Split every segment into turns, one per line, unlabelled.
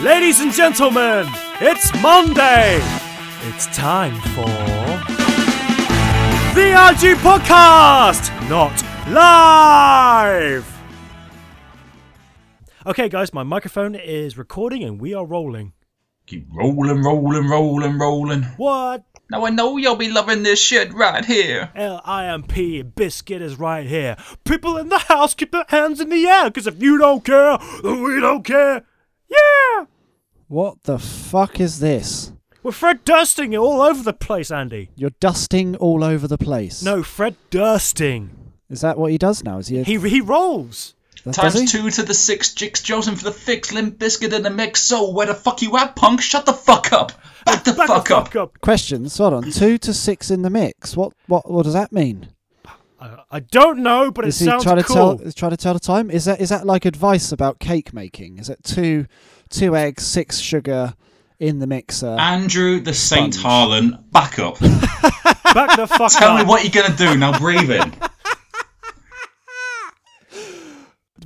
Ladies and gentlemen, it's Monday. It's time for the RG Podcast, not live. Okay, guys, my microphone is recording and we are rolling.
Keep rolling, rolling, rolling, rolling.
What?
Now I know you'll be loving this shit right here.
L I M P Biscuit is right here. People in the house, keep their hands in the air, because if you don't care, then we don't care. Yeah!
What the fuck is this?
We're Fred Dursting all over the place, Andy.
You're dusting all over the place.
No, Fred Dursting.
Is that what he does now? Is he? A,
He, he rolls.
does
Times
he?
two to the six, Jix Johnson for the fix, Limp Biscuit in the mix. So where the fuck you at, punk? Shut the fuck up. Back the
Back
fuck
the
up.
up.
Questions. Hold on. Two to six in the mix. What? What? What does that mean?
I- I don't know, but
Is
it
he
sounds
trying
cool.
to tell? Trying to tell the time? Is that? Is that like advice about cake making? Is it two, two eggs, six sugar, in the mixer?
Ah.
Andrew the Saint
Sponge.
Harlan, back up.
Back the fuck
Tell
up.
me what you're gonna do now. Breathe in.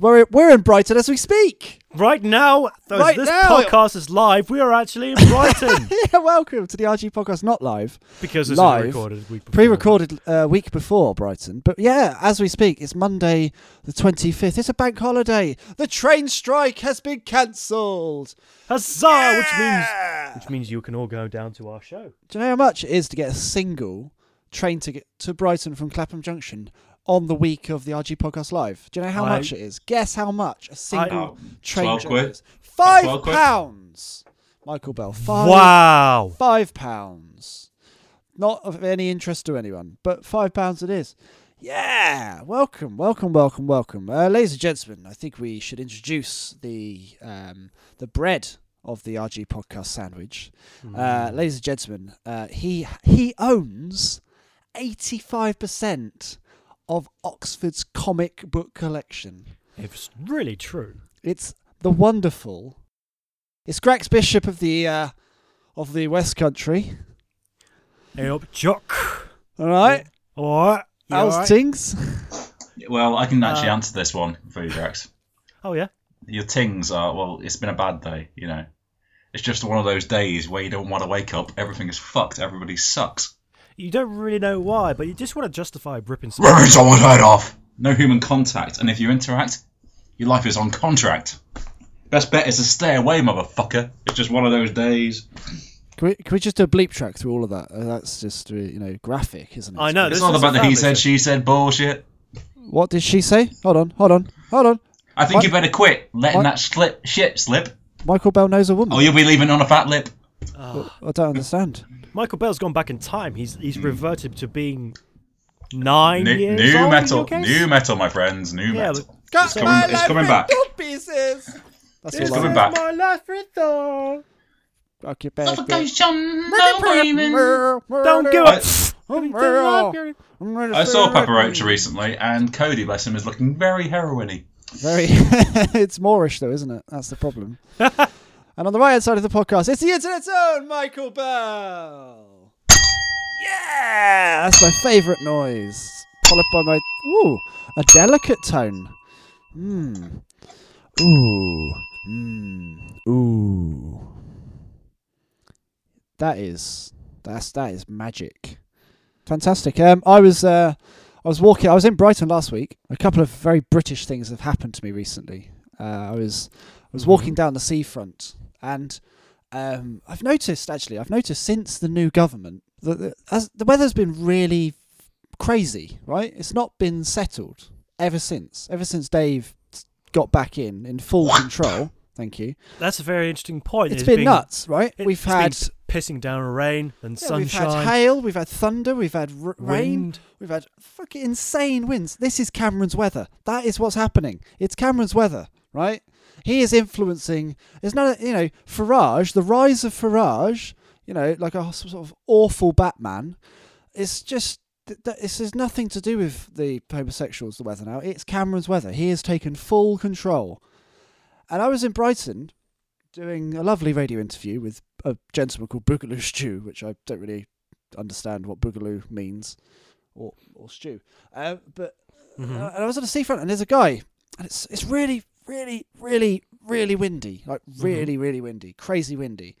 We're we're in Brighton as we speak.
Right now, as
Right
this
now.
podcast is live, we are actually in Brighton
yeah. Welcome to the RG podcast. Not live.
because this
Live.
is recorded. Week before.
Pre-recorded uh, week before Brighton, but yeah, as we speak, it's Monday the twenty fifth. It's a bank holiday. The train strike has been cancelled. Ah,
Huzzah! Which means which means you can all go down to our show.
Do you know how much it is to get a single train ticket to Brighton from Clapham Junction on the week of the RG Podcast Live? Do you know how
I-
much it is? Guess how much a
Oh,
single train
12
ticket
quid?
is? Five
12 quid?
pounds. Michael Bell. Five.
Wow!
Five pounds. Not of any interest to anyone, but five pounds it is. Yeah, welcome, welcome, welcome, welcome, uh, ladies and gentlemen. I think we should introduce the um, the bread of the RG podcast sandwich. Uh, ladies and gentlemen, uh, he he owns eighty five percent of Oxford's comic book collection.
It's Hmm. really true.
It's the wonderful. It's Grax Bishop of the uh, of the West Country.
Hey up, Jock.
All right.
All right. You
How's
all right?
things?
Well, I can actually
Uh,
answer this one for you, Rex.
Oh yeah.
Your tings are well. It's been a bad day, you know. It's just one of those days where you don't want to wake up. Everything is fucked. Everybody sucks.
You don't really know why, but you just want to justify ripping some.
Ripping someone's head off. No human contact, and if you interact, your life is on contract. Best bet is to stay away, motherfucker. It's just one of those days.
Can we, can we just do a bleep track through all of that? Uh, that's just uh, you know graphic, isn't it?
I know.
It's
this
not
is
about
a
the he
family
said,
thing.
she said bullshit.
What did she say? Hold on, hold on, hold on.
I think
What?
you better quit letting
What?
that slip shit slip,
Michael Bell knows a woman.
or you'll be leaving on a fat lip.
I don't understand.
Michael Bell's gone back in time. He's he's reverted to being nine
Hmm. New,
years
new
old. in
metal,
your case?
new metal, my friends, new
Yeah,
metal.
but-
It's coming, it's coming back.
Pieces. That's
It's
all
coming
I-
back.
My life is all-
Rock your bed.
Don't give
I-
up. It's
I saw Papa Roach recently, and Cody, bless him, is looking very heroiny.
Very. it's Moorish though, isn't it? That's the problem. and on the right hand side of the podcast, it's the internet's own Michael Bell. Yeah, that's my favourite noise, followed by my ooh a delicate tone. Mmm. Ooh. Mmm. Ooh. That is that's that is magic. Fantastic. Um, I was uh, I was walking. I was in Brighton last week. A couple of very British things have happened to me recently. Uh, I was I was walking down the seafront, and um, I've noticed actually. I've noticed since the new government that the, as the weather's been really crazy. Right, it's not been settled ever since. Ever since Dave got back in in full control. Thank you.
That's a very interesting point.
it's been nuts, right?
it-
we've
it's been
had
s- pissing down rain and
yeah,
sunshine.
We've had hail, we've had thunder, we've had r- rain,
Wind.
we've had fucking insane winds. This is Cameron's weather. That is what's happening. It's Cameron's weather, right? He is influencing. It's not, you know, Farage, the rise of Farage, you know, like a s- sort of awful Batman. It's just. th- th- This has nothing to do with the homosexuals, the weather now. It's Cameron's weather. He has taken full control. And I was in Brighton doing a lovely radio interview with a gentleman called Boogaloo Stew, which I don't really understand what Boogaloo means or or stew. Uh, but uh, and I was on the seafront, and there's a guy, and it's it's really, really, really, really windy, like really, really windy, crazy windy.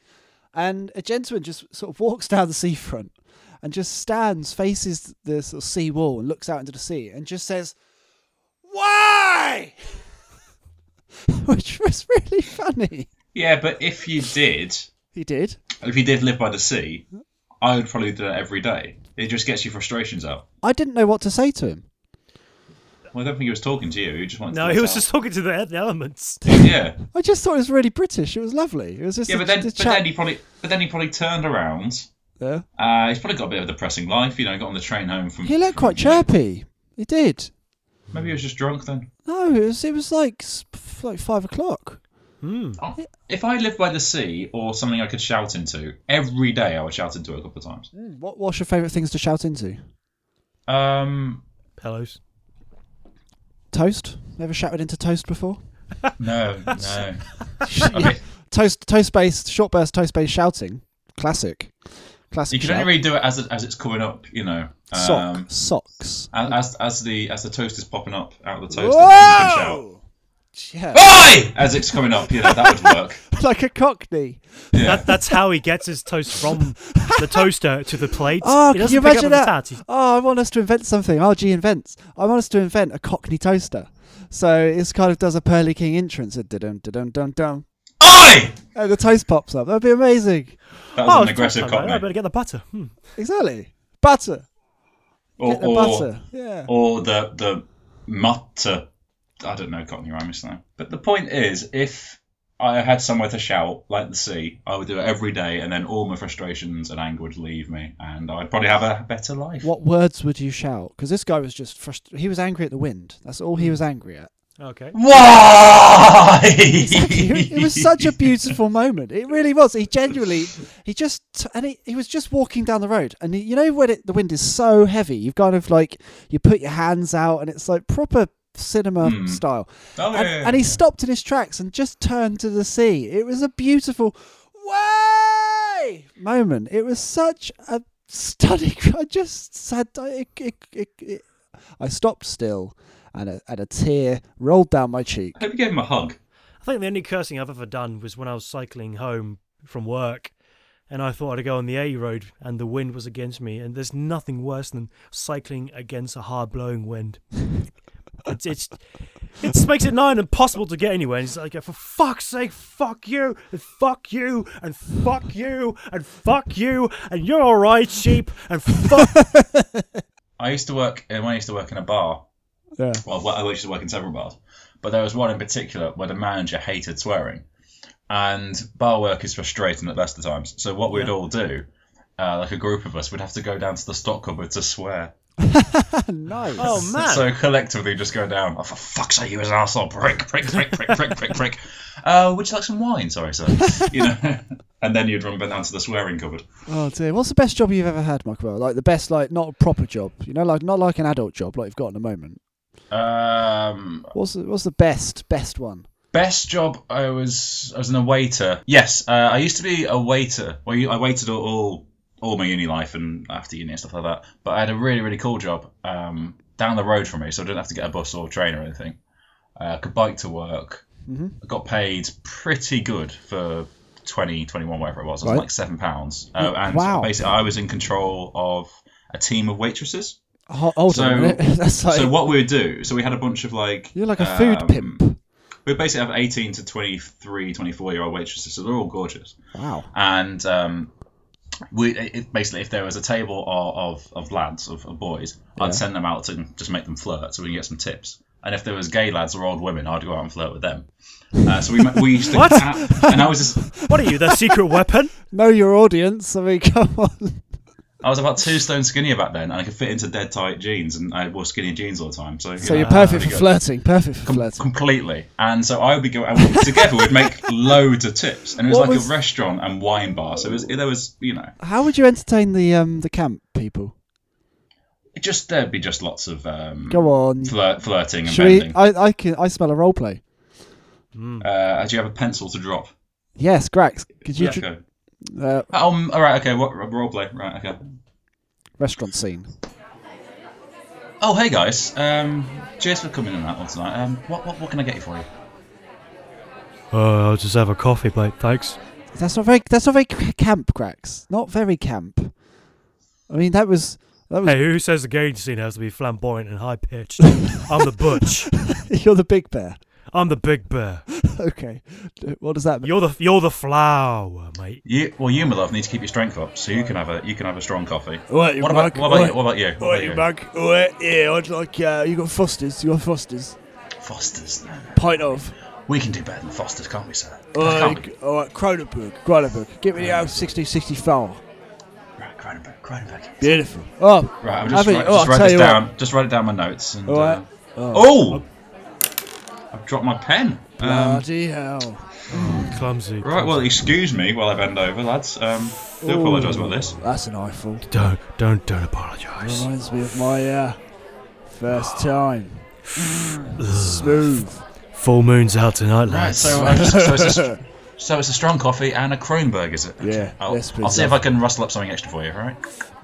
And a gentleman just sort of walks down the seafront and just stands, faces the sort of sea wall and looks out into the sea and just says, Why? Which was really funny.
Yeah, but if you did,
He did.
if you did live by the sea, I would probably do that every day. It just gets your frustrations out.
I didn't know what to say to him.
Well, I don't think he was talking to you. He just wanted.
No,
to
he was
let
just talking to the, the elements.
out. Yeah,
I just thought it was really British. It was lovely. It was just
yeah,
a,
but then,
just
but
a chat.
then he probably, but then he probably turned around.
Yeah.
Uh, he's probably got a bit of a depressing life, you know. Got on the train home from.
He looked
from-
quite chirpy. He did.
Maybe he was just drunk then.
No, it was it was like s- f- like five o'clock. Hmm.
Oh, if I lived by the sea or something I could shout into every day, I would shout into it a couple of times.
What what's your favourite things to shout into?
Um,
Pillows.
Toast. Never shouted into toast before.
no, no.
Yeah. Toast toast based short burst toast based shouting. Classic.
You
Classic.
can
shout.
only really do it as it, as it's coming up, you know.
Sock.
Um,
Socks.
a- as as the as the toast is popping up out of the toaster, then you can shout.
Whoa! Yeah.
Oi! As it's coming up, you know that would work.
like a cockney.
Yeah.
That, that's how he gets his toast from the toaster to the plate.
Oh,
he
can
doesn't
you
pick
imagine
up on the
that?
tat.
Oh, I want us to invent something. RG invents. I want us to invent a Cockney toaster. So it's kind of does a Pearly King entrance. It dum dum dum dum.
Oi!
And Oh, the toast pops up. That'd be amazing.
That was
Oh,
an
it's
aggressive
toast time, right? I
cockney.
better get the butter. Hmm.
Exactly. Butter.
Or
Get the
or,
butter. Yeah.
or the the mutter. I don't know cockney rhymes now. But the point is, if I had somewhere to shout like the sea, I would do it every day, and then all my frustrations and anger would leave me, and I'd probably have a better life.
What words would you shout? Because this guy was just frust- he was angry at the wind. That's all he was angry at.
Okay.
Why?
It it was such a beautiful moment. It really was. He genuinely, he just, and he, he was just walking down the road, and he- you know when it, the wind is so heavy, you've kind of like you put your hands out, and it's like proper cinema style.
Oh,
and,
yeah.
and he stopped in his tracks and just turned to the sea. It was a beautiful way moment. It was such a stunning. I just said, I- it, it, it, I stopped still, and a, and a tear rolled down my cheek.
I hope you gave him a hug.
I think the only cursing I've ever done was when I was cycling home from work and I thought I'd go on the A road and the wind was against me. And there's nothing worse than cycling against a hard blowing wind. it's, it's, it just makes it nigh on impossible to get anywhere. And it's like, for fuck's sake, fuck you, and fuck you, and fuck you, and fuck you, and you're alright, sheep, and fuck.
I used to work. When I used to work in a bar,
Yeah.
well, well, I used to work in several bars, but there was one in particular where the manager hated swearing, and bar work is frustrating at best of times. So what we'd all do, uh, like a group of us, would have to go down to the stock cupboard to swear.
nice.
oh, man.
So collectively, just go down. Oh, for fuck's sake, you was an asshole! Prick, prick, prick, prick, prick, prick, prick. Uh, would you like some wine? Sorry, sir. You know, and then you'd run back down to the swearing cupboard.
Oh dear. What's the best job you've ever had, Michael? Like the best, like not a proper job. You know, like not like an adult job, like you've got in the moment.
Um,
What's the, what's the best best one?
Best job I was I was in a waiter. Yes, uh, I used to be a waiter. Well, you- I waited all- all all my uni life and after uni and stuff like that. But I had a really really cool job um, down the road from me, so I didn't have to get a bus or a train or anything. Uh, I could bike to work.
Mm-hmm.
I got paid pretty good for 20, 21, whatever it was. It was
Right.
like seven pounds. Uh,
Yeah,
and
wow.
basically, I was in control of a team of waitresses.
Ho- Hold on. a
So-
minute. That's like
so what we would do? So we had a bunch of like
you're like a food
um,
pimp.
we basically have 18 to 23, 24 year old waitresses, so they're all gorgeous.
Wow.
And um, we it, it- basically, if there was a table of, of, of lads, of, of boys, I'd send them out to just make them flirt so we can get some tips. And if there was gay lads or old women, I'd go out and flirt with them. Uh, so we, ma- we used to.
What?
and I was just,
What are you, their secret weapon?
Know your audience. I mean, come on.
I was about two stone skinnier back then, and I could fit into dead tight jeans, and I wore skinny jeans all the time. So, you
So
know,
you're
I was
perfect
pretty
for
good.
flirting. Perfect for flirting.
Completely. And so I would be going, and we- together we'd make loads of tips. And it was
What
like
was-
a restaurant and wine bar. So it was, there was, you know,
How would you entertain the um the camp people?
it just, there'd be just lots of um,
Go on.
flirt, flirting and
Should we? Mm.
bending.
I I can I smell a role play.
Uh, do you have a pencil to drop?
Yes, Grax. Could you?
Yeah,
dr-
go.
uh,
Um, all right, okay, what role play? Right, okay.
restaurant scene.
Oh, hey guys. Um, cheers for coming in that all tonight. Um, what, what, what can I get you for you?
Oh, I'll just have a coffee, mate. Thanks.
That's not very. That's not very c- camp, Cracks. Not very camp. I mean, that was that was.
Hey, who says the gay scene has to be flamboyant and high pitched? I'm the butch.
You're the big bear.
I'm the big bear.
Okay. D- What does that mean?
You're the you're the flower, mate.
You, well, you, my love, need to keep your strength up, so you can have a you can have a strong coffee.
What,
What about, what about you? What about you? What about you?
Mug? Alright, yeah, I'd like, uh, you got Foster's, you got Foster's.
Foster's. No, no.
Pint of.
We can do better than Foster's, can't we, sir?
Alright,
Can't we?
alright, Cronenberg, Cronenberg. Get me the out 1664.
Right, Cronenberg, Cronenberg.
Beautiful. Oh,
Right, I'm just,
Have it.
write,
Oh,
just
I'll
write
tell
this
you
down. Just write it down my notes. And,
Alright.
uh, oh, I've dropped my pen. Um,
bloody hell.
Clumsy.
right, well, excuse me while I bend over, lads. Um, do
Ooh.
apologise about this.
That's an eyeful.
don't don't don't apologise.
Reminds me of my, uh, first time. Smooth.
Full moon's out tonight,
Right,
lads.
so, I just, so, it's a, so it's a strong coffee and a Kronberg, is it?
Yeah,
I'll,
yes, please,
I'll see if I
love.
can rustle up something extra for you, all right?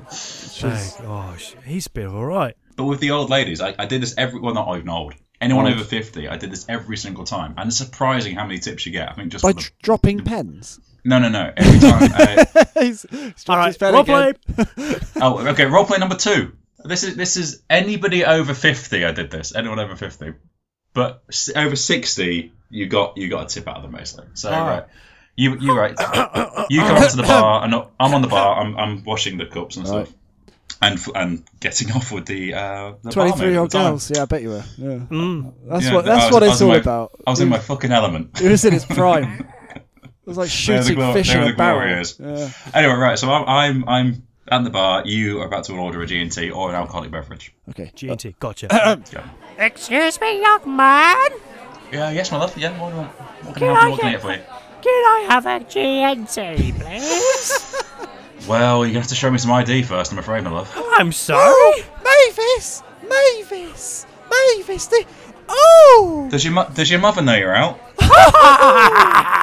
Thank gosh, he's been all right.
But with the old ladies, I, I did this every well, not even old. Anyone over fifty, I did this every single time, and it's surprising how many tips you get. I think just
By
from the-
tr- dropping pens.
no, no, no. Every time. Uh,
He's- he's dropped
All right,
his pen
role
again.
oh, okay. Role play number two. This is this is anybody over fifty. I did this. Anyone over fifty, but s- over sixty, you got you got a tip out of them basically. So right, you you right. you come up to the bar, and I'm on the bar. I'm I'm washing the cups and stuff. And, f- and getting off with the uh, the barmaid at the
23 year old
time.
girls, yeah, I bet you were. Yeah. That's
Mm. Yeah,
what
I
that's
was-
what
I
it's
was in
all
my- Oh.
about.
I was in my fucking element.
It was in its prime. It was like shooting
glo-
fish
they
in
were
a
the
barrel.
glorious.
Yeah.
Anyway, right. So I'm I'm I'm at the bar. You are about to order a G and T or an alcoholic beverage.
Okay.
G and T. Gotcha.
Um,
Excuse me, young man.
Yeah. Yes, my love. Yeah. What, what can I help you? What can I get for you?
Can I have a GNT, please?
Well, you're gonna have to show me some ID first. I'm afraid, my love.
I'm sorry.
Oh, Mavis! Mavis! Mavis! The- oh!
Does your mo- does your mother know you're out?
I've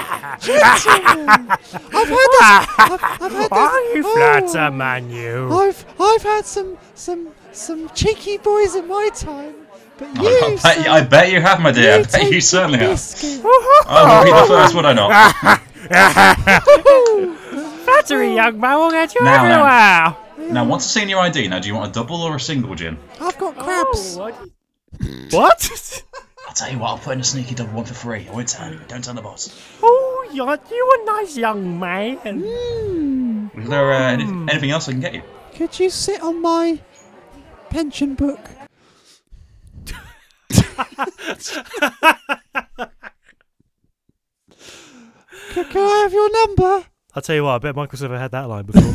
had this. I've, I've had this.
Oh, you
oh,
flatter man, you.
I've I've had some some some cheeky boys in my time, but you.
I, I bet,
sir,
you- I bet you have, my dear. I
you
bet
take
you
the
certainly have.
biscuit.
I would be the first, would I not?
Battery, young man, will get you
Now,
everywhere.
now. now, once I've seen your ID, now do you want a double or a single gin?
I've got
Oh,
crabs.
What?
I'll tell you what. I'll put in a sneaky double one for free. I won't tell you. Don't tell the boss.
Oh, you're, you're a nice young man.
Is there uh, any- anything else I can get you?
Could you sit on my pension book? can, can I have your number?
I'll tell you what. I bet Michael's never had that line before.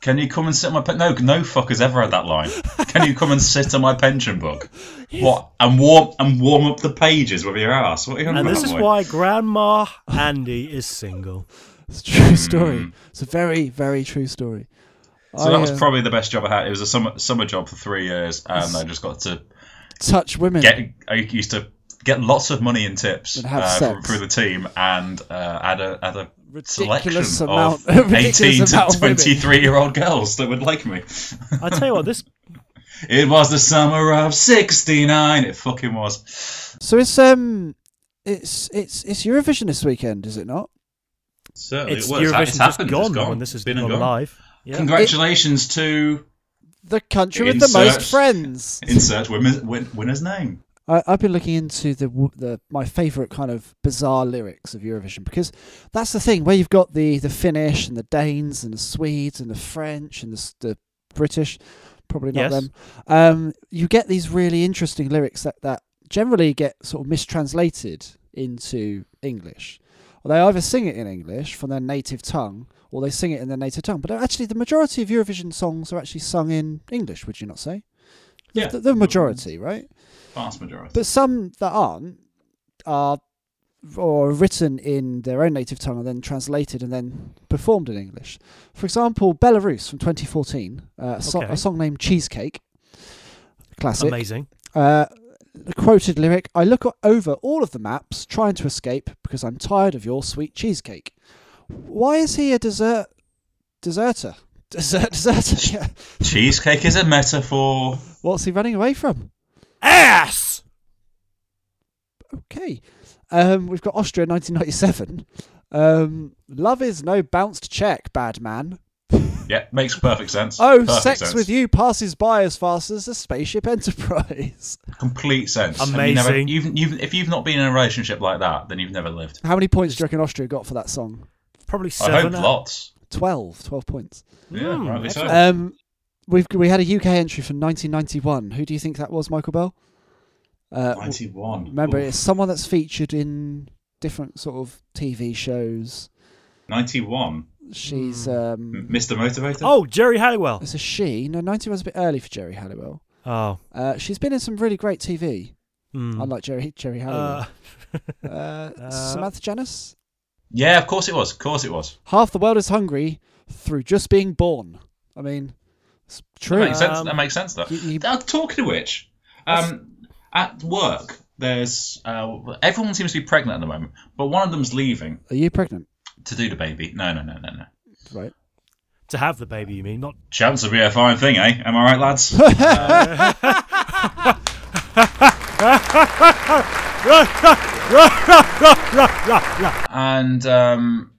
Can you come and sit on my pen? No, no fucker's ever had that line. Can you come and sit on my pension book? What? And warm and warm up the pages with your ass. What are you on
and
about,
this is
boy?
why Grandma Andy is single.
It's a
Hmm.
true story. It's a very, very true story.
So that
I,
was
uh,
probably the best job I had. It was a summer summer job for three years, and I just got to
touch women.
get. I used to get lots of money in tips
And have
uh, from,
sex.
through the team, and uh, had a had a
Ridiculous
selection
amount-
of
ridiculous
eighteen
amount
to
of women.
twenty three year old girls that would like me.
I tell you what. This
It was the summer of sixty nine. It fucking was.
So it's um, it's it's it's Eurovision this weekend, is it not?
Certainly,
it's
Oh, it was.
Eurovision
it's
just
happened.
gone,
it's gone.
when this has
Been and
gone
gone.
live. Yeah.
Congratulations to
The country with the
Insert.
most friends.
insert women, win, winner's name.
I, I've been looking into the w- the my favourite kind of bizarre lyrics of Eurovision because that's the thing where you've got the the Finnish and the Danes and the Swedes and the French and the, s- the British, probably not
Yes.
them. Um, you get these really interesting lyrics that that generally get sort of mistranslated into English. Or they either sing it in English from their native tongue or they sing it in their native tongue. But actually, the majority of Eurovision songs are actually sung in English. Would you not say? The-
Yeah.
the, the majority, right?
Vast majority.
But some that aren't are or written in their own native tongue and then translated and then performed in English. For example, Belarus from 2014, uh, a, so-
Okay.
a song named Cheesecake, classic.
Amazing.
Uh, the quoted lyric I look o- over all of the maps trying to escape because I'm tired of your sweet cheesecake. Why is he a dessert deserter? Dessert deserter? Yeah.
Cheesecake is a metaphor.
What's he running away from?
Ass.
Okay. Um, we've got Austria 1997. Um, Love is no bounced check, bad man.
Yeah, makes perfect sense.
Oh,
perfect
sex
sense.
with you passes by as fast as the spaceship Enterprise.
Complete sense. Have
Amazing.
You never, you've, you've, if you've not been in a relationship like that, then you've never lived.
How many points do you reckon Austria got for that song?
Probably
I
seven.
hope lots.
12, 12 points.
Yeah,
Mm,
rightly so.
Um, we've we had a UK entry from 1991. Who do you think that was, Michael Bell? Uh,
91.
remember,
Ooh.
it's someone that's featured in different sort of TV shows.
91.
She's
M-
um,
Mr. Motivator?
Oh, Jerry Halliwell.
it's a she. No, 91 was a bit early for Jerry Halliwell.
Oh.
Uh, she's been in some really great TV,
Mm.
unlike Jerry Jerry
Uh,
Halliwell. Hmm. Uh, Samantha Janice.
Yeah, of course it was. Of course it was.
Half the world is hungry through just being born. I mean, it's
That
true.
makes sense.
Um,
That makes sense, though.
you- you-
Uh, Talking of which, um, at work, there's uh, everyone seems to be pregnant at the moment, but one of them's leaving
Are you pregnant?
to do the baby. No, no, no, no, no.
Right.
to have the baby, you mean? Not.
Chance would be a fine thing, eh? Am I right, lads? and um,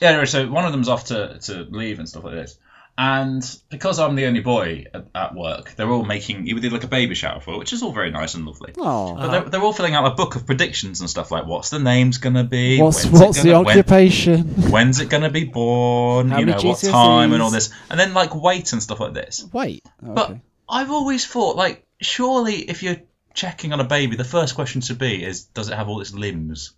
yeah, anyway, so one of them's off to, to leave and stuff like this. And because I'm the only boy at, at work, they're all making we did like a baby shower for, it, which is all very nice and lovely.
Oh.
But they're, they're all filling out a book of predictions and stuff like what's the name's gonna be,
What's
When's it
what's the
gonna- when-
occupation?
when's it gonna be born,
How
you know
many
what time
GCSEs?
and all this, and then like weight and stuff like this.
Wait. Oh,
But
okay.
I've always thought, like, surely if you're checking on a baby, the first question should be is, does it have all its limbs?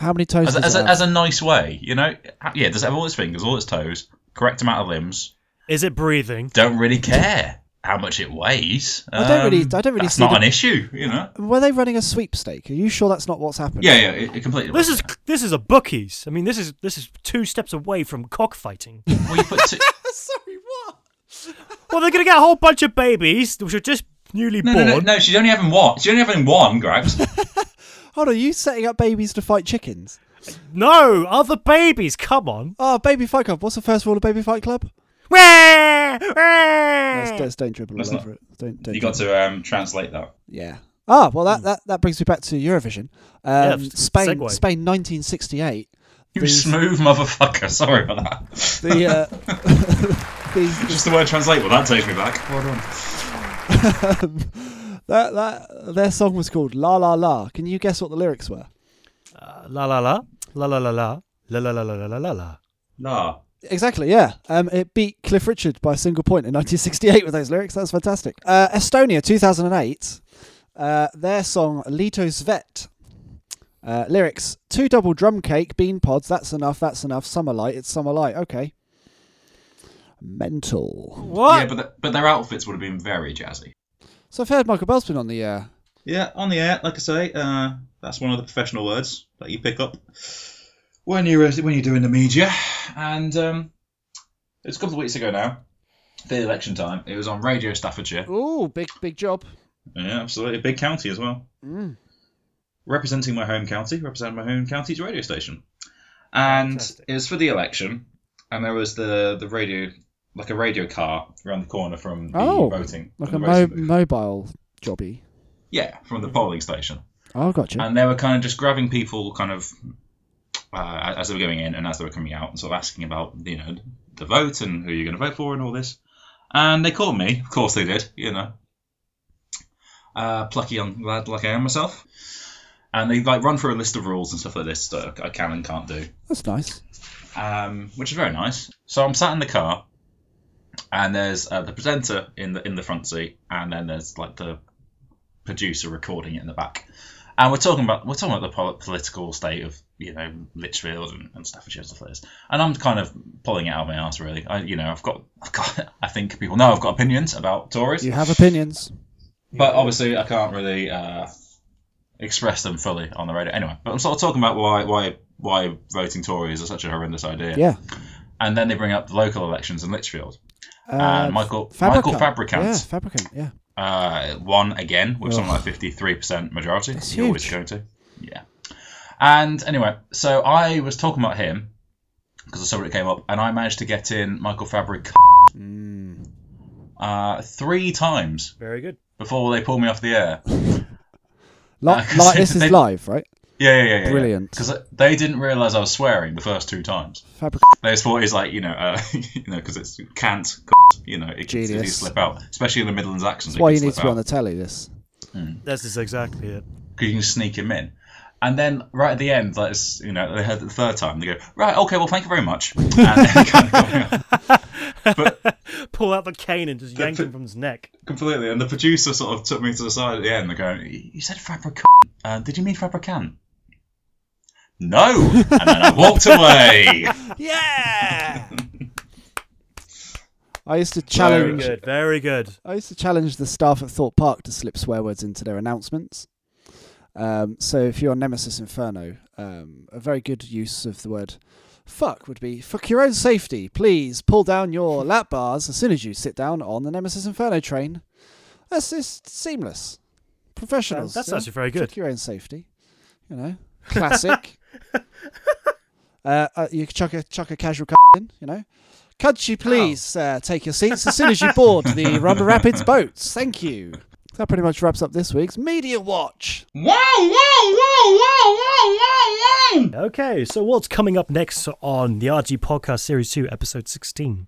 How many toes
As a, as,
does it
a,
have?
as a nice way, you know? Yeah, does it have all its fingers, all its toes, correct amount of limbs?
Is it breathing?
Don't really care how much it weighs. Um,
I don't really- I don't really
That's
see
not
the-
an issue, you know?
Were they running a sweepstake? Are you sure that's not what's happened?
Yeah, yeah, it, it completely.
This is
works.
this is a bookies. I mean, this is this is two steps away from cockfighting.
Well, you put two,
Sorry, what?
well, they're gonna get a whole bunch of babies which are just newly
no, no,
born.
no, no. She's only having one. She's only having one, Grabs.
Hold on, are you setting up babies to fight chickens?
No, other babies. Come on.
Oh, Baby Fight Club. What's the first rule of Baby Fight Club?
Eh.
Let's, let's don't dribble
Let's
all
not.
over it. Don't, don't
you Hmm. got
dribble.
to um, translate that.
Yeah. Ah, well, that, that, that brings me back to Eurovision. Um,
Yeah, s-
Spain, Spain
segue.
1968.
You
These-
smooth motherfucker. Sorry about that.
The, uh, the,
Just the word translate. Well, that takes me back. Well done.
um, that, that, their song was called La La La. Can you guess what the lyrics were?
Uh, la la la la la la la la la la la la la la la.
Nah.
Exactly, yeah. Um, it beat Cliff Richard by a single point in 1968 with those lyrics. That's fantastic. Uh, Estonia, 2008. Uh, their song Litos Vet. Uh, lyrics: Two double drum cake, bean pods. That's enough. That's enough. Summer light. It's summer light. Okay. Mental.
What?
Yeah, but, the, but their outfits would have been very jazzy.
So I've heard Michael Bell's been on the uh,
Yeah, on the air, like I say, uh, that's one of the professional words that you pick up when you're uh, when you're doing the media. And um, it was a couple of weeks ago now, the election time. It was on Radio Staffordshire.
Ooh, big big job.
Yeah, absolutely, a big county as well.
Mm.
Representing my home county, representing my home county's radio station, and
Fantastic.
it was for the election. And there was the the radio, like a radio car around the corner from the
Oh,
voting,
Like a
from the
mo-
voting booth.
mobile jobby.
yeah, from the polling station.
Oh, gotcha.
and they were kind of just grabbing people kind of uh, as they were going in and as they were coming out and sort of asking about you know the vote and who you're going to vote for and all this and they called me of course they did you know uh, plucky young lad like i am myself and they like run through a list of rules and stuff like this that i can and can't do
That's nice.
um, which is very nice. So I'm sat in the car, and there's uh, the presenter in the in the front seat, and then there's like the producer recording it in the back. And we're talking about we're talking about the pol- political state of you know Litchfield and, and Staffordshire and stuff like this. And I'm kind of pulling it out of my ass really. I you know I've got I've got I think people know I've got opinions about Tories,
You have opinions.
but obviously I can't really uh, express them fully on the radio. Anyway, but I'm sort of talking about why why why voting Tories is such a horrendous idea
Yeah.
and then they bring up the local elections in Litchfield.
Uh,
Michael- Michael Fabricant.
Yeah, Fabricant. Yeah.
Uh, won again with something like fifty-three percent majority.
That's
He always
huge.
going to, yeah. And anyway, so I was talking about him because I saw it came up, and I managed to get in Michael Fabric
Hmm.
uh, three times
Very good.
before they pulled me off the air.
Li-
Uh, 'cause
li- this
they-
is live, right?
Yeah, yeah, yeah. yeah
Brilliant.
Because they didn't realise I was swearing the first two times.
Fabric.
They just thought it's like you know, uh, you know, because it's can't, c- you know, it can easily
Genius.
slip out, especially in the Midlands accent.
That's why you need to be on the telly. This.
That's just exactly it.
because you can sneak him in. And then right at the end, like it's, you know, they heard it the third time. They go, right, okay, well, thank you very much. And then kind of going on
Pull out the cane and just yank him from his neck.
completely. And the producer sort of took me to the side at the end. They're going, you said fabricant. Uh, did you mean fabricant? No. And then I walked away.
Yeah.
I used to
Very
challenge.
good. Very good.
I used to challenge the staff at Thorpe Park to slip swear words into their announcements. Um, so if you're on Nemesis Inferno, um, a very good use of the word fuck would be fuck your own safety. Please pull down your lap bars as soon as you sit down on the Nemesis Inferno train. That's just seamless. Professionals.
That's
yeah?
actually very
Fuck
good.
your own safety. You know, classic. uh, uh, you could chuck a chuck a casual c- in. You know, could you please uh, take your seats as soon as you board the Rubber Rapids boats? Thank you. That pretty much wraps up this week's media watch.
Wow, wow, wow, wow, wow, wow, wow.
Okay, so what's coming up next on the RG Podcast Series 2, Episode 16?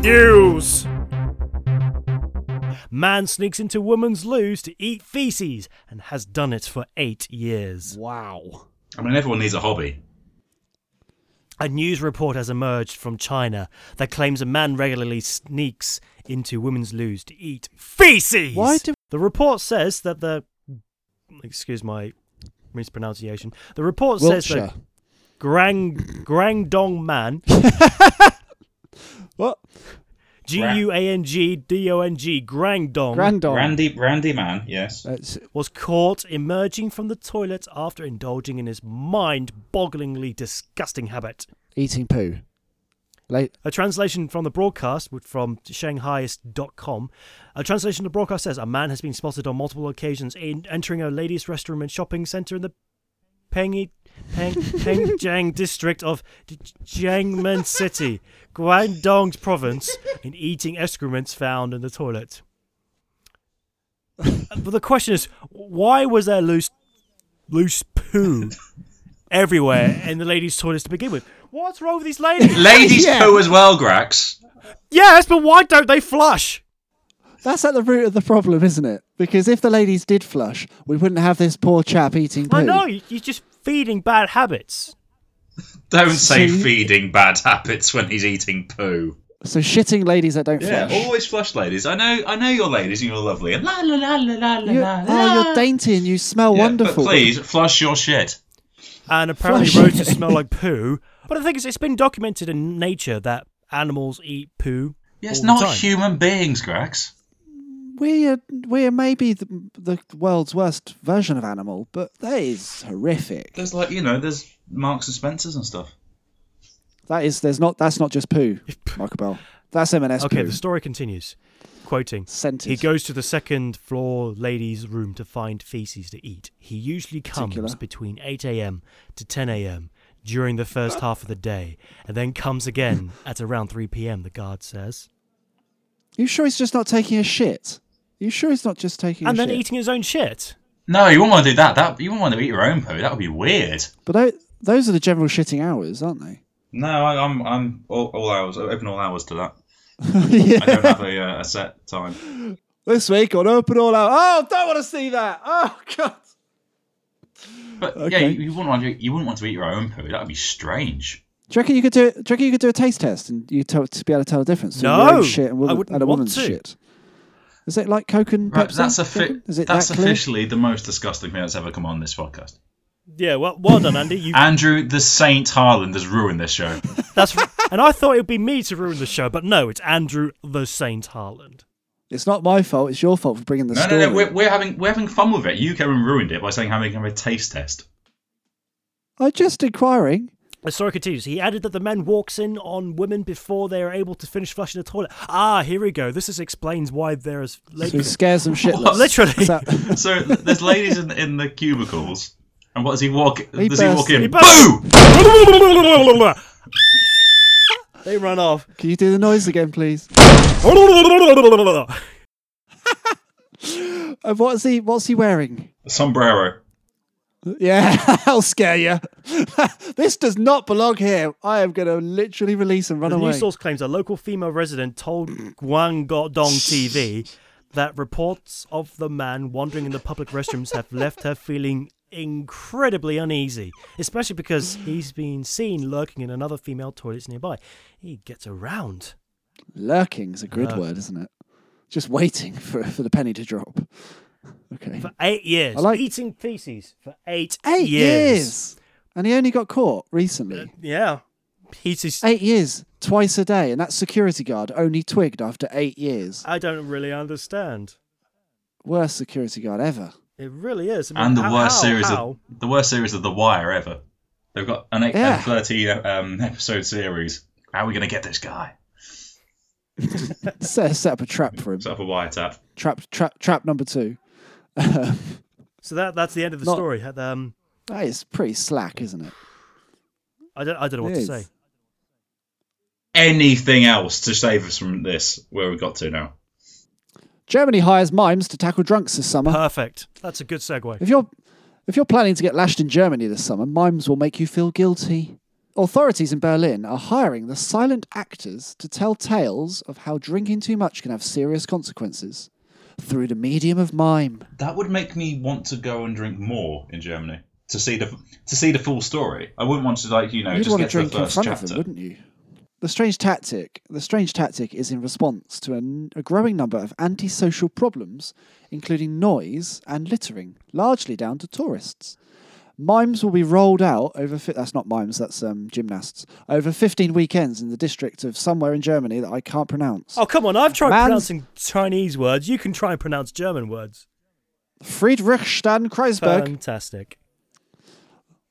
News! Man sneaks into woman's loos to eat feces and has done it for eight years.
Wow.
I mean, everyone needs a hobby.
A news report has emerged from China that claims a man regularly sneaks into women's loos to eat feces.
Why do
The report says that the. Excuse my mispronunciation. The report says
Wiltshire?
that Grang Grangdong Man,
What?
G U A N G D O N G, Grangdong,
Grandon.
Randy, Randy Man, yes.
That's-
was caught emerging from the toilet after indulging in his mind-bogglingly disgusting habit.
eating poo. Late.
A translation from the broadcast with- from shanghaiist.com. A translation of the broadcast says a man has been spotted on multiple occasions in entering a ladies' restroom and shopping center in the Pengi, Peng, Pengjiang district of D- Jiangmen City, Guangdong province, and eating excrements found in the toilet. Uh, But the question is, why was there loose, loose poo everywhere in the ladies' toilets to begin with? What's wrong with these ladies?
Ladies
Yeah.
poo as well, Grax.
Yes, but why don't they flush?
That's at the root of the problem, isn't it? Because if the ladies did flush, we wouldn't have this poor chap eating poo.
I know you- you're just feeding bad habits.
Don't say
See?
feeding bad habits when he's eating poo.
So shitting ladies that don't
Yeah,
flush.
always flush, ladies. I know, I know you're ladies and you're lovely. And "Ah!" la la la la la la.
You,
la.
oh, you're dainty and you smell
Yeah,
wonderful.
But please flush your shit.
And apparently,
Flush.
roaches smell like poo. But the thing is, it's been documented in nature that animals eat poo.
Yes,
all the
not
time.
human beings, Grax.
We are we are maybe the, the world's worst version of animal, but that is horrific.
There's like you know, there's Marks and Spencers and stuff.
That is there's not that's not just poo, Michael Bell. That's M&S
Okay,
poo.
the story continues. Quoting.
Scented.
He goes to the second floor ladies' room to find feces to eat. He usually comes
Particular.
between 8 a.m. to 10 a.m. during the first
Uh.
half of the day, and then comes again at around 3 p.m., the guard says.
you sure he's just not taking a shit? You sure he's not just taking
And
a
then
shit?
eating his own shit.
No, you wouldn't want to do that. That you wouldn't want to eat your own poo. That would be weird.
But tho- those are the general shitting hours, aren't they?
No, I, I'm I'm all, all hours open all hours to that. I
yeah.
don't have a, uh, a set time.
This week on Open All Out. Oh, don't want to see that. Oh god.
But yeah,
Okay.
you, you wouldn't want to, you wouldn't want to eat your own poo. That would be strange.
Do you reckon you could do? it- Do you reckon you could do a taste test and you tell, to be able to tell the difference? between
No,
your own shit and,
I
woman,
wouldn't
and a
want
woman's
to.
shit. Is it like Coke and Pepsi?
Right, that's a
Do you
fi-
reckon? Is it
that's
that clear?
officially the most disgusting thing that's ever come on this podcast.
Yeah, well, well done, Andy. You
Andrew the Saint Harland has ruined this show.
That's and I thought it would be me to ruin the show, but no, it's Andrew the Saint Harland.
It's not my fault. It's your fault for bringing the
no,
story.
no, no, we're, we're having we're having fun with it. You came and ruined it by saying having a taste test.
I'm just inquiring.
The story continues. He added that the man walks in on women before they are able to finish flushing the toilet. Ah, here we go. This is explains why there is
So he
ladies.
scares them shitless.
Literally.
Is that-
So there's ladies in, in the cubicles, and what does he walk? does he
bursts-
walk in?
He
Boo!
bursts- They run off.
Can you do the noise again, please? And Uh, what's he? What's he wearing?
Sombrero.
Yeah, I'll scare you. this does not belong here. I am going to literally release and run
The
away.
news source claims a local female resident told Guangdong TV that reports of the man wandering in the public restrooms have left her feeling incredibly uneasy, especially because he's been seen lurking in another female toilets nearby. He gets around.
Lurking is a good
Lurk.
word, isn't it? Just waiting for for the penny to drop. Okay.
For eight years,
I like-
eating feces for eight,
Eight
years.
years, and he only got caught recently.
Yeah, he's.
Eight years, twice a day, and that security guard only twigged after eight years.
I don't really understand.
Worst security guard ever.
It really is. I mean,
and the
how-
worst
how-
series
how?
of the worst series of The Wire ever. They've got an eight,
Yeah.
a thirteen um, episode series. How are we going to get this guy?
set, set up a trap for him.
Set up a wiretap.
Trap, trap, trap number two.
So that that's the end of the
Not-
story. Had, Um,
That is pretty slack, isn't it?
I don't I don't know what
It
to
is.
say.
Anything else to save us from this? Where we got to now?
Germany hires mimes to tackle drunks this summer.
Perfect. That's a good segue.
If you're if you're planning to get lashed in Germany this summer, mimes will make you feel guilty. Authorities in Berlin are hiring the silent actors to tell tales of how drinking too much can have serious consequences through the medium of mime.
That would make me want to go and drink more in Germany to see the to see the full story. I wouldn't want to like you know
You'd
just
want to
get to the
drink in
first
front of
chapter.
them, wouldn't you? The strange tactic. The strange tactic is in response to an, a growing number of antisocial problems, including noise and littering, largely down to tourists. Mimes will be rolled out over. Fi- that's not mimes. That's um, gymnasts. Over 15 weekends in the district of somewhere in Germany that I can't pronounce.
Oh come on! I've tried
Man's-
pronouncing Chinese words. You can try and pronounce German words.
Friedrichstadt Kreisberg.
Fantastic.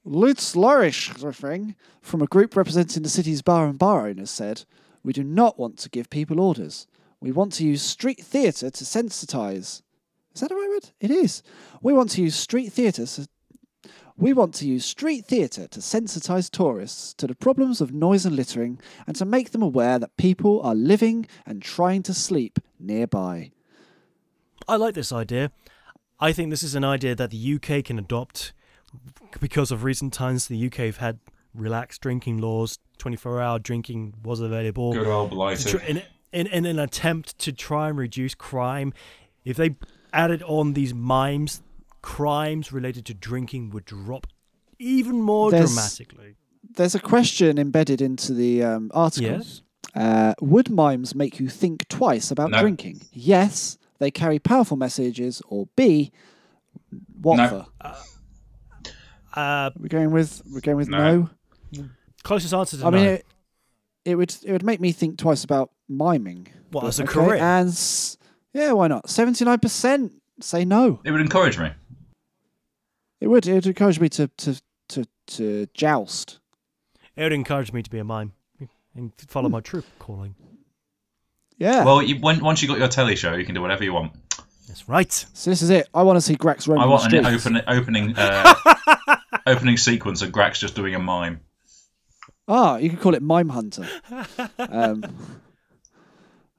Lutz Lorisch, from a group representing the city's bar and bar owners, said, We do not want to give people orders. We want to use street theatre to sensitise. Is that the right word? It is. We want to use street theatre. s- we want to use street theatre to sensitise tourists to the problems of noise and littering and to make them aware that people are living and trying to sleep nearby.
I like this idea. I think this is an idea that the UK can adopt because of recent times. The UK have had relaxed drinking laws. Twenty-four hour drinking was available.
Good old blighted.
to tr- in, in, in an attempt to try and reduce crime, if they added on these mimes, crimes related to drinking would drop even more
There's-
dramatically.
There's a question embedded into the um, article.
Yes.
Uh, would mimes make you think twice about
No.
drinking? Yes, they carry powerful messages, or B, what
No.
for?
Uh,
We're going with we're going with
No.
no.
closest answer to
I mean,
no.
it, it would it would make me think twice about miming.
What,
But,
as a
okay,
career?
And s- yeah, why not? Seventy nine percent say no.
It would encourage me.
It would it would encourage me to to to to joust.
it would encourage me to be a mime and follow my troop calling.
Yeah.
Well, you, when, once you got your telly show, you can do whatever you want.
That's right.
so this is it. I want to see Grex roaming
I
the
want an
streets.
open, opening uh, opening sequence of Grax just doing a mime.
Ah, you could call it Mime Hunter. um,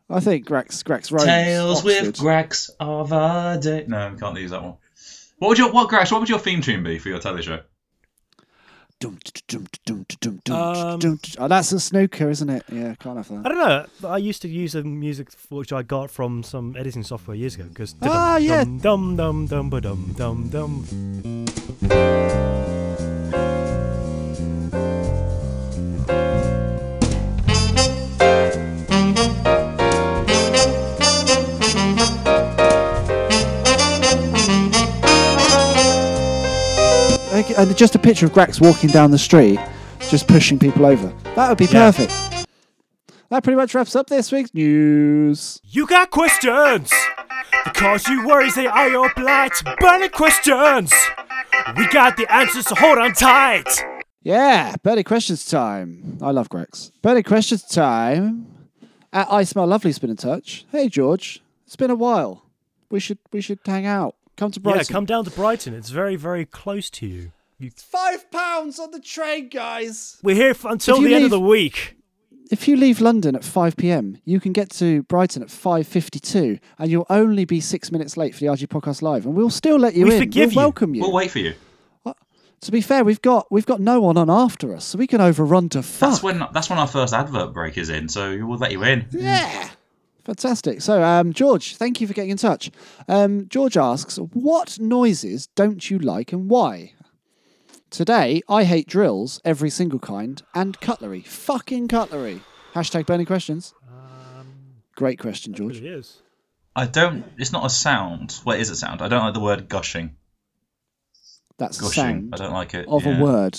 I think Grex Grex roams
Tales with
Oxford.
Grax of a day. No, we can't use that one. What would your what Grax? What would your theme tune be for your telly show?
Dum, t- dum, t- dum, t- dum, dum,
Um,
t- dum, t- Oh, that's a snooker, isn't it? Yeah, can't have
I
that.
don't know. but I used to use the music f- which I got from some editing software years ago. Because
Ah, yeah.
dum dum dum ba dum dum dum.
Okay, and just a picture of Grax walking down the street, just pushing people over. That would be
Yeah.
perfect. That pretty much wraps up this week's news.
You got questions! Because you worries they are your blight. Burning questions! We got the answers, so hold on tight!
Yeah, birdie questions time. I love Grex. Birdie questions time. At I smell lovely's been in touch. Hey George, it's been a while. We should we should hang out. Come to Brighton.
Yeah, come down to Brighton. It's very, very close to you. you
Five pounds on the train, guys.
we're here f- until
If
the
you
end of the
leave-
week.
if you leave London at 5 p.m., you can get to Brighton at 5:52, and you'll only be six minutes late for the RG Podcast Live, and we'll still let you
We
in.
forgive
we'll
you.
welcome you.
We'll wait for you.
to be fair, we've got we've got no one on after us, so we can overrun to fuck.
That's when that's when our first advert break is in, so we'll let you in.
Yeah. Fantastic. So, um, George, thank you for getting in touch. Um, George asks, what noises don't you like and why? Today, I hate drills, every single kind, and cutlery. Fucking cutlery. Hashtag burning questions. Great question,
But
George.
it is.
I don't. It's not a sound. Well, it is a sound. I don't like the word gushing.
That's the
Gushing.
sound
I don't like it.
of
yeah.
a word.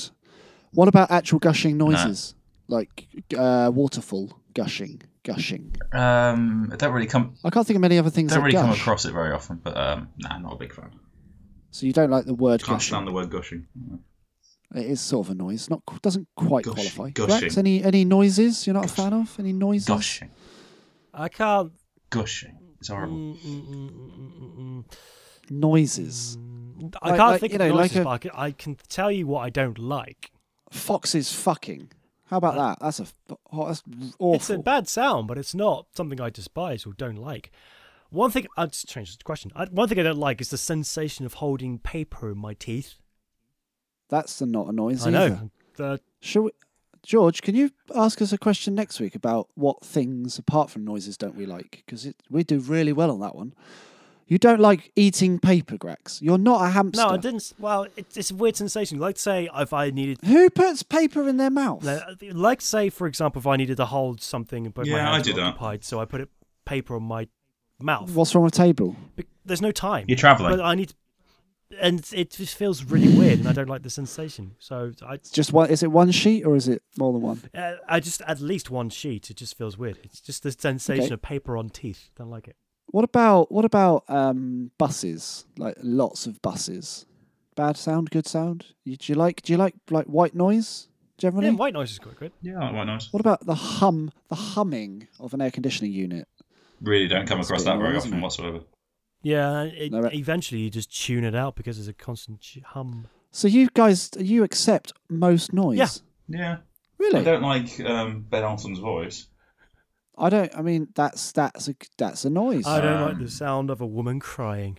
What about actual gushing noises? Like uh, waterfall, gushing, gushing.
Um, I don't really come.
I can't think of many other things
Don't
that
really come
gush.
across it very often. But um, nah, I'm not a big fan.
So you don't like the word
Can't
gushing.
stand the word gushing.
It is sort of a noise. Not qu- doesn't quite
Gushing-
qualify.
gushing.
Rex, any any noises you're not a fan of? Any noises?
Gushing.
I can't.
Gushing. It's horrible.
mm, mm, mm, mm, mm, mm.
Noises.
I
Like-
can't
like,
think
you
of
know, like
noises,
a-
but I can, I can tell you what I don't like.
Foxes fucking. How about that? That's a f- oh, that's awful.
It's a bad sound, but it's not something I despise or don't like. One thing I'll just change the question. I, one thing I don't like is the sensation of holding paper in my teeth.
that's a, not a noise
I
either.
know. The-
Shall we, George? Can you ask us a question next week about what things apart from noises don't we like? Because we do really well on that one. You don't like eating paper, Grex. You're not a hamster.
no, I didn't. s- Well, it's, it's a weird sensation. Like say if I needed,
Who puts paper in their mouth?
like like, say for example, if I needed to hold something and put my
Yeah, I
hands
do
were
that.
occupied, so I put it paper on my mouth.
What's wrong with table?
Be- There's no time.
You're travelling.
But I need, and it's- it just feels really weird, and I don't like the sensation. So I,
It's just one. Is it one sheet or is it more than one?
uh, I just at least one sheet. It just feels weird. It's just the sensation
Okay.
of paper on teeth. Don't like it.
What about what about um, buses? Like lots of buses. Bad sound, good sound. You, do you like do you like like white noise generally?
Yeah, white noise is quite good.
Yeah, I like white noise.
what about the hum, the humming of an air conditioning unit?
Really don't come across
a bit
that very
annoying, isn't
often
it?
whatsoever.
Yeah, it,
No, but-
eventually you just tune it out because there's a constant ch- hum.
So you guys, you accept most noise?
Yeah.
Yeah.
Really?
I don't like um, Ben Alton's voice.
I don't. I mean, that's that's a that's a noise.
I don't like
Um,
the sound of a woman crying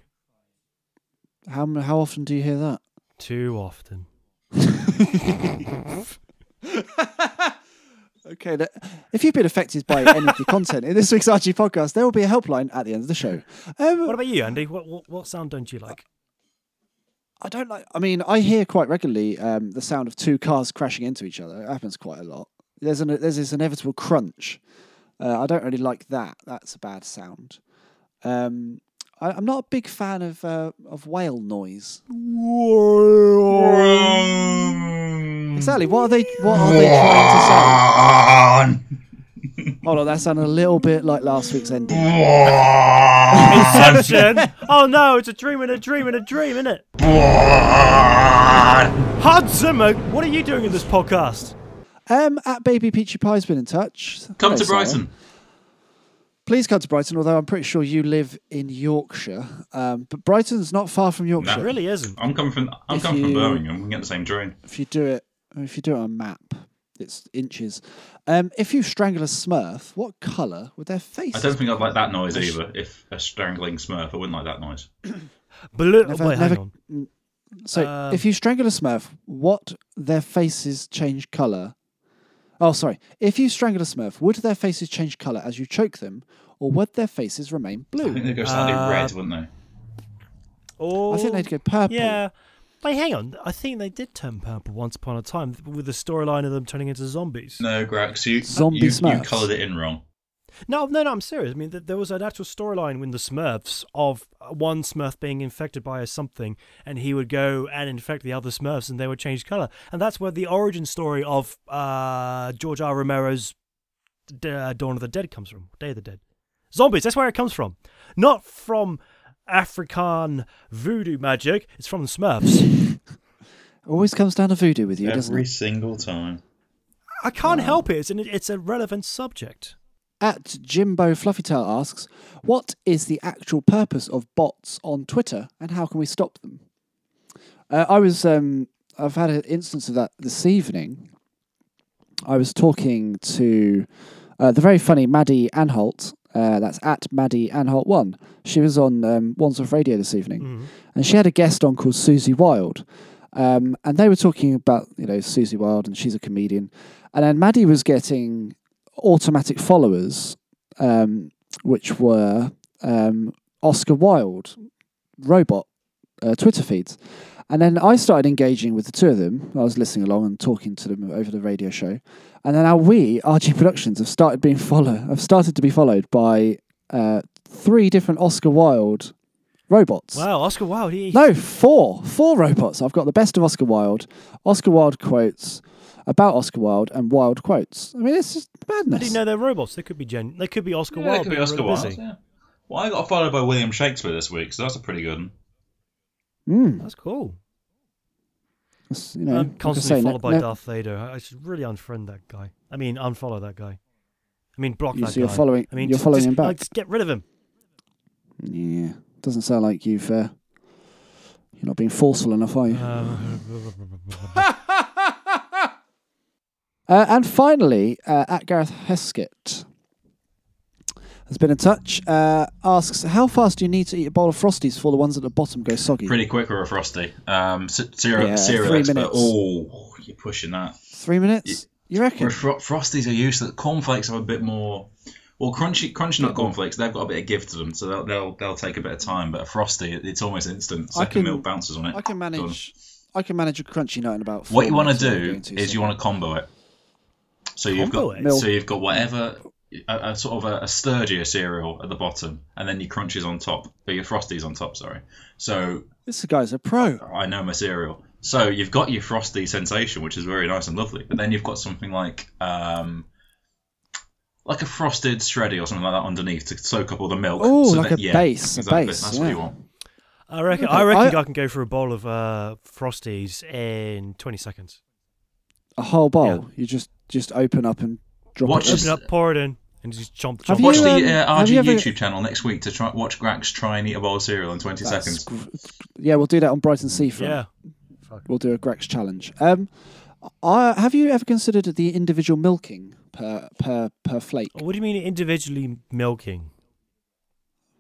how m- how often do you hear that?
too often.
Okay, that, if you've been affected by any of the content in this week's RG podcast, there will be a helpline at the end of the show. Um,
What about you, Andy? What what, what sound don't you like?
I don't like. I mean, I hear quite regularly um, the sound of two cars crashing into each other. It happens quite a lot. There's an there's this inevitable crunch. Uh, I don't really like that. That's a bad sound. Um, I, I'm not a big fan of uh, of whale noise. Exactly. What are they? What are they trying to sound? Hold on, that sounded a little bit like last week's ending.
Inception. oh no, it's a dream and a dream and a dream, isn't it? Hans Zimmer, what are you doing in this podcast?
Um, at Baby Peachy Pie's been in touch.
Come
Hello,
to
Sarah.
Brighton.
Please come to Brighton, although I'm pretty sure you live in Yorkshire. Um, but Brighton's not far from Yorkshire.
It really isn't.
I'm coming from I'm
If
coming from
you-
Birmingham. We can get the same train.
if you do it if you do it on a map it's inches um, if you strangle a smurf what color would their face
I don't think I'd like that noise either. If a strangling Smurf, I wouldn't like that noise.
Blue.
Never-
wait,
never-
hang on.
so
um,
if you strangle a smurf what their faces change color oh sorry if you strangle a smurf would their faces change color as you choke them or would their faces remain
I
blue
think they'd go slightly
Uh,
red, wouldn't they?
Oh,
i think they'd go purple
Yeah. But hang on, I think they did turn purple once upon a time with the storyline of them turning into zombies.
No, Grax, you
Zombie
you, you
Smurfs.
coloured it in wrong.
No, no, no, I'm serious. I mean, th- there was an actual storyline in the Smurfs of uh, one Smurf being infected by a something, and he would go and infect the other Smurfs, and they would change color. And that's where the origin story of uh, George R. Romero's D- uh, Dawn of the Dead comes from. Day of the Dead. Zombies, that's where it comes from. Not from African voodoo magic, it's from the Smurfs.
always comes down to voodoo with you doesn't
Every
it
single time.
I can't help it, it's, an, it's a relevant subject.
at jimbo fluffytail asks what is the actual purpose of bots on twitter and how can we stop them Uh, I was um, I've had an instance of that this evening. I was talking to uh, the very funny Maddie Anholt. Uh, that's at Maddie Anholt One. She was on um, Once Off Radio this evening, and she had a guest on called Susie Wild. Um, and they were talking about you know Susie Wild, and she's a comedian. And then Maddie was getting automatic followers, um, which were um, Oscar Wilde robot uh, Twitter feeds. And then I started engaging with the two of them. I was listening along and talking to them over the radio show. And then now we, RG Productions, have started being follow. Have started to be followed by uh, three different Oscar Wilde robots.
Wow, Oscar Wilde. He,
No, four. Four robots. I've got the best of Oscar Wilde, Oscar Wilde quotes about Oscar Wilde, and Wilde quotes. I mean, it's just madness.
I didn't know they're robots. They could be gen. They could be Oscar
Yeah,
Wilde.
it could be
being
Oscar
really
Wilde.
busy.
Yeah. Well, I got followed by William Shakespeare this week, so that's a pretty good one.
Mm,
That's cool.
that's, you know,
I'm
like I
Um, constantly
say, no-
followed by
no-
Darth Vader. I I should really unfriend that guy. I mean, unfollow that guy. I mean, block
You-
that
so you're
guy.
following-
I mean,
you're
just-
following
just,
him back?
Like, just get rid of him.
Yeah, doesn't sound like you've uh, you're not being forceful enough, are you?
Uh,
Uh, and finally, uh, at Gareth Heskett has been in touch. Uh, asks, how fast do you need to eat a bowl of frosties before the ones at the bottom go soggy?
Pretty quick or a frosty. Um, c- cereal,
Yeah,
cereal
three
expert.
minutes.
Oh, you're pushing that.
Three minutes. You reckon?
Where fro- frosties are useless. Cornflakes are a bit more. Well, crunchy, crunchy
Mm-hmm.
nut cornflakes. They've got a bit of give to them, so they'll they'll, they'll take a bit of time. But a frosty, it's almost instant.
I
Second
can-
milk bounces on it.
I can
Done.
manage. I can manage a crunchy nut in about. Four
What you want
minutes
to
without
do
going too
is you
soggy.
want to combo it. So you've
Combo
got
it?
Milk.
so you've got whatever a, a sort of a, a sturdier cereal at the bottom, and then your crunchies on top, or your frosties on top. Sorry. So
This guy's a pro.
I know my cereal. So you've got your frosty sensation, which is very nice and lovely, but then you've got something like um, like a frosted shreddy or something like that underneath to soak up all the milk.
Ooh,
so
like
that-
a
yeah,
base, a
exactly.
base,
That's what you
yeah.
want.
I reckon.
Okay,
I reckon
I-
I, can go for a bowl of uh, frosties in 20 seconds.
A whole bowl.
Yeah.
You just just open up and drop
Watch
it. in.
Just-
Open up, pour it in, and just chomp, chomp.
Have you,
Watch
chomp.
the
um,
uh,
have
RG
you ever-
YouTube channel next week to try watch Grax try and eat a bowl of cereal in 20
That's
seconds.
gr- Yeah, we'll do that on Brighton Seafront.
yeah.
We'll do a Grex challenge. Um, I, have you ever considered the individual milking per per per flake?
What do you mean individually milking?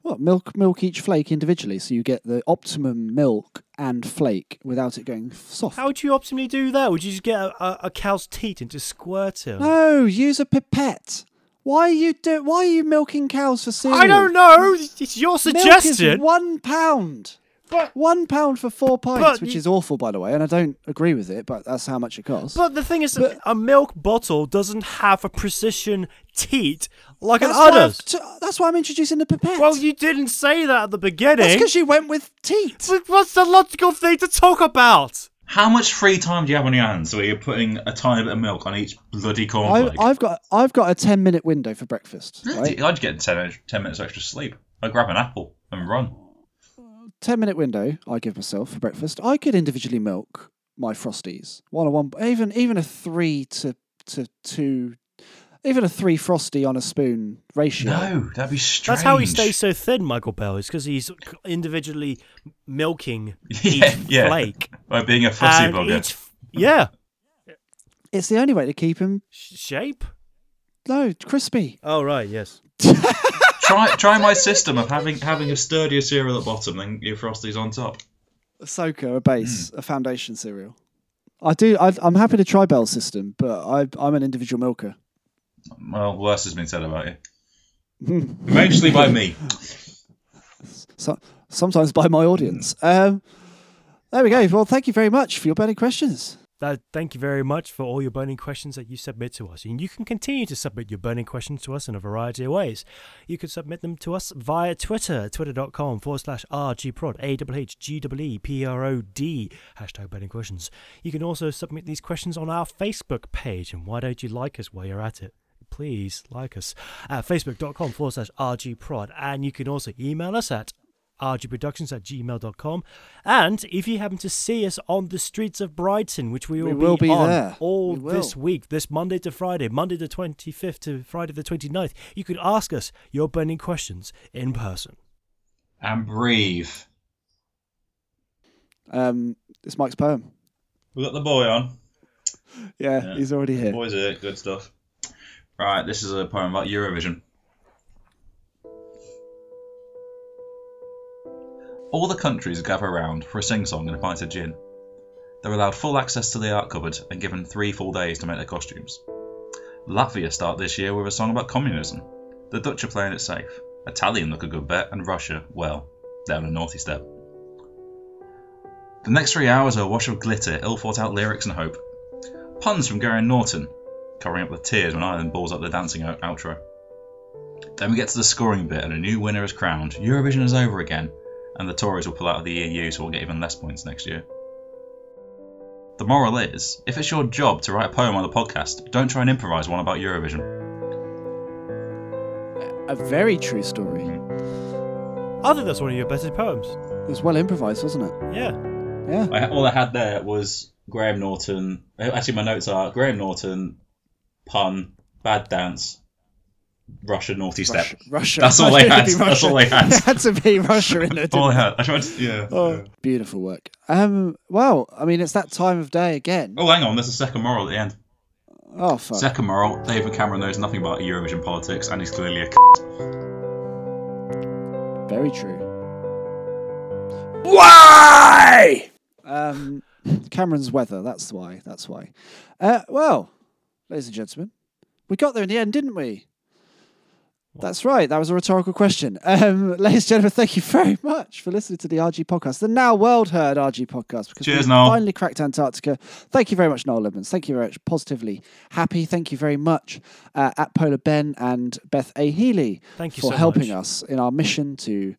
What milk milk each flake individually, so you get the optimum milk and flake without it going f- soft.
How would you optimally do that? Would you just get a, a, a cow's teat and just squirt it?
no, use a pipette. Why are you do? Why are you milking cows for cereal?
I don't know. It's your
Milk
suggestion.
is one pound.
But-
one pound for four pints,
but
which
you-
is awful, by the way, and I don't agree with it, but that's how much it costs.
But the thing is, that a milk bottle doesn't have a precision teat like an
that's, why
udder's.
I've t- that's why I'm introducing the pipette.
Well, you didn't say that at the
that's
beginning.
because you went with teat.
But What's the logical thing to talk about?
How much free time do you have on your hands where you're putting a tiny bit of milk on each bloody
Oh
I,
cornflake?
I've got I've got a ten minute window for breakfast. Right?
I'd get 10, 10 minutes extra sleep. I'd grab an apple and run.
Ten minute window I give myself for breakfast. I could individually milk my frosties. One on one, even even a three to to two, even a three frosty on a spoon ratio.
No, that'd be strange.
That's how he stays so thin, Michael Bell. It's because he's individually milking
Yeah,
each
yeah.
flake.
by being a fussy
and
bugger.
each f- yeah,
It's the only way to keep him
sh- shape.
no crispy.
Oh right, yes.
try try my system of having having a sturdier cereal at bottom than your frosties on top.
Ahsoka, a base,
Mm.
a foundation cereal. I do. I, I'm happy to try Bell's system, but I, I'm an individual milker.
Well, worse has been said about you. Mostly by me.
so, sometimes by my audience.
Mm.
Um, there we go. Well, thank you very much for your burning questions.
That, thank you very much for all your burning questions that you submit to us. And you can continue to submit your burning questions to us in a variety of ways. You can submit them to us via Twitter, twitter.com forward slash rgprod, E A-W-H-G-W-E-P-R-O-D, hashtag burning questions. You can also submit these questions on our Facebook page. And why don't you like us while you're at it? Please like us at facebook.com forward slash rgprod. And you can also email us at rgproductions at gmail.com. And if you happen to see us on the streets of Brighton, which we will,
will be
on
there.
all
We will.
this week, this Monday to Friday, Monday the 25th to Friday the 29th, you could ask us your burning questions in person.
And breathe.
Um, it's Mike's poem.
We got the boy on.
Yeah,
Yeah.
he's already here.
Boys, it good stuff. Right, this is a poem about Eurovision. All the countries gather round for a sing song and a pint of gin. They're allowed full access to the art cupboard and given three full days to make their costumes. Latvia start this year with a song about communism. The Dutch are playing it safe. Italian look a good bet, and Russia, well, they're on a naughty step. The next three hours are a wash of glitter, ill thought out lyrics, and hope. Puns from Gary Norton, covering up the tears when Ireland balls up the dancing out- outro. Then we get to the scoring bit, and a new winner is crowned. Eurovision is over again, and the Tories will pull out of the EU, so we'll get even less points next year. The moral is if it's your job to write a poem on the podcast, don't try and improvise one about Eurovision.
A very true story.
Mm-hmm.
I think that's one of your best poems.
It was well improvised, wasn't it?
Yeah.
Yeah.
I, all I had there was Graham Norton. uh, Actually, my notes are Graham Norton, pun, bad dance, Russia naughty
Russia. Russia.
That's all
Why
they
did it
had.
be
That's
Russia?
all they had.
It had to be Russia in there.
all
didn't
I
it?
had. I tried to, yeah.
Oh, beautiful work. Um, well, I mean, it's that time of day again.
Oh, hang on. There's a second moral at the end.
Oh, fuck.
Second moral: David Cameron knows nothing about Eurovision politics, and he's clearly a. C-
Very true. Why? Um, Cameron's weather. That's why. That's why. Uh, well, ladies and gentlemen, we got there in the end, didn't we? That's right. That was a rhetorical question. Um, ladies and gentlemen, thank you very much for listening to the RG podcast, the now world heard RG podcast, because
Cheers,
we
Noel.
finally cracked Antarctica. Thank you very much, Noel Edmonds. Thank you very much. Positively happy. Thank you very much uh, at Polar Ben and Beth A. Healy
Thank you
for
so
helping
much.
us in our mission to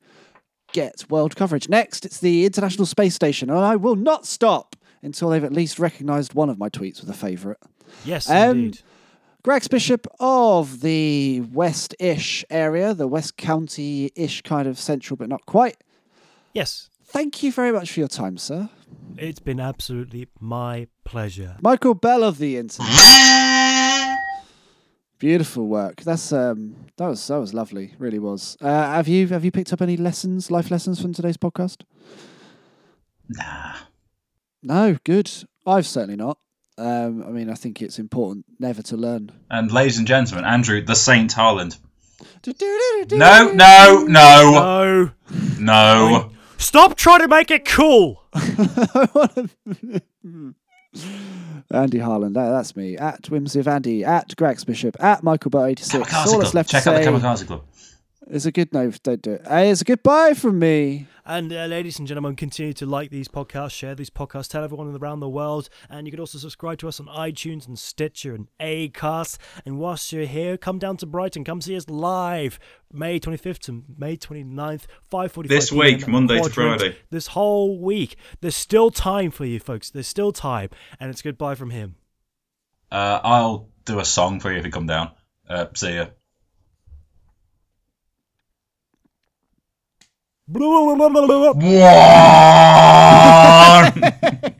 get world coverage. Next, it's the International Space Station, and I will not stop until they've at least recognised one of my tweets with a favourite.
Yes,
Um,
indeed.
Grex Bishop of the West ish area, the West County ish kind of central, but not quite.
Yes.
Thank you very much for your time, sir.
It's been absolutely my pleasure.
Michael Bell of the Internet. Beautiful work. That's um, that was that was lovely. Really was. Uh, have you have you picked up any lessons, life lessons from today's podcast?
nah.
No, good. I've certainly not. Um, I mean, I think it's important never to learn.
And ladies and gentlemen, Andrew the Saint Harland. No, no, no,
No.
no.
Stop trying to make it cool.
Andy Harland, that, that's me. At Whimsy of Andy, at Grex Bishop, at Michael Bar 86. All
Kamikaze
that's
Club.
left
Check
to
out the
say
Kamikaze Club.
is a good no, don't do it. Uh, It's a goodbye from me.
And uh, ladies and gentlemen, continue to like these podcasts, share these podcasts, tell everyone around the world. And you can also subscribe to us on iTunes and Stitcher and Acast. And whilst you're here, come down to Brighton. Come see us live May 25th to May 29th, 5.45
This
PM
week,
at the
Monday to
Quadrant.
Friday.
This whole week. There's still time for you folks. There's still time. And it's goodbye from him.
Uh, I'll do a song for you if you come down. Uh, see ya.
Blah, blah, blah, blah, blah, blah.
One.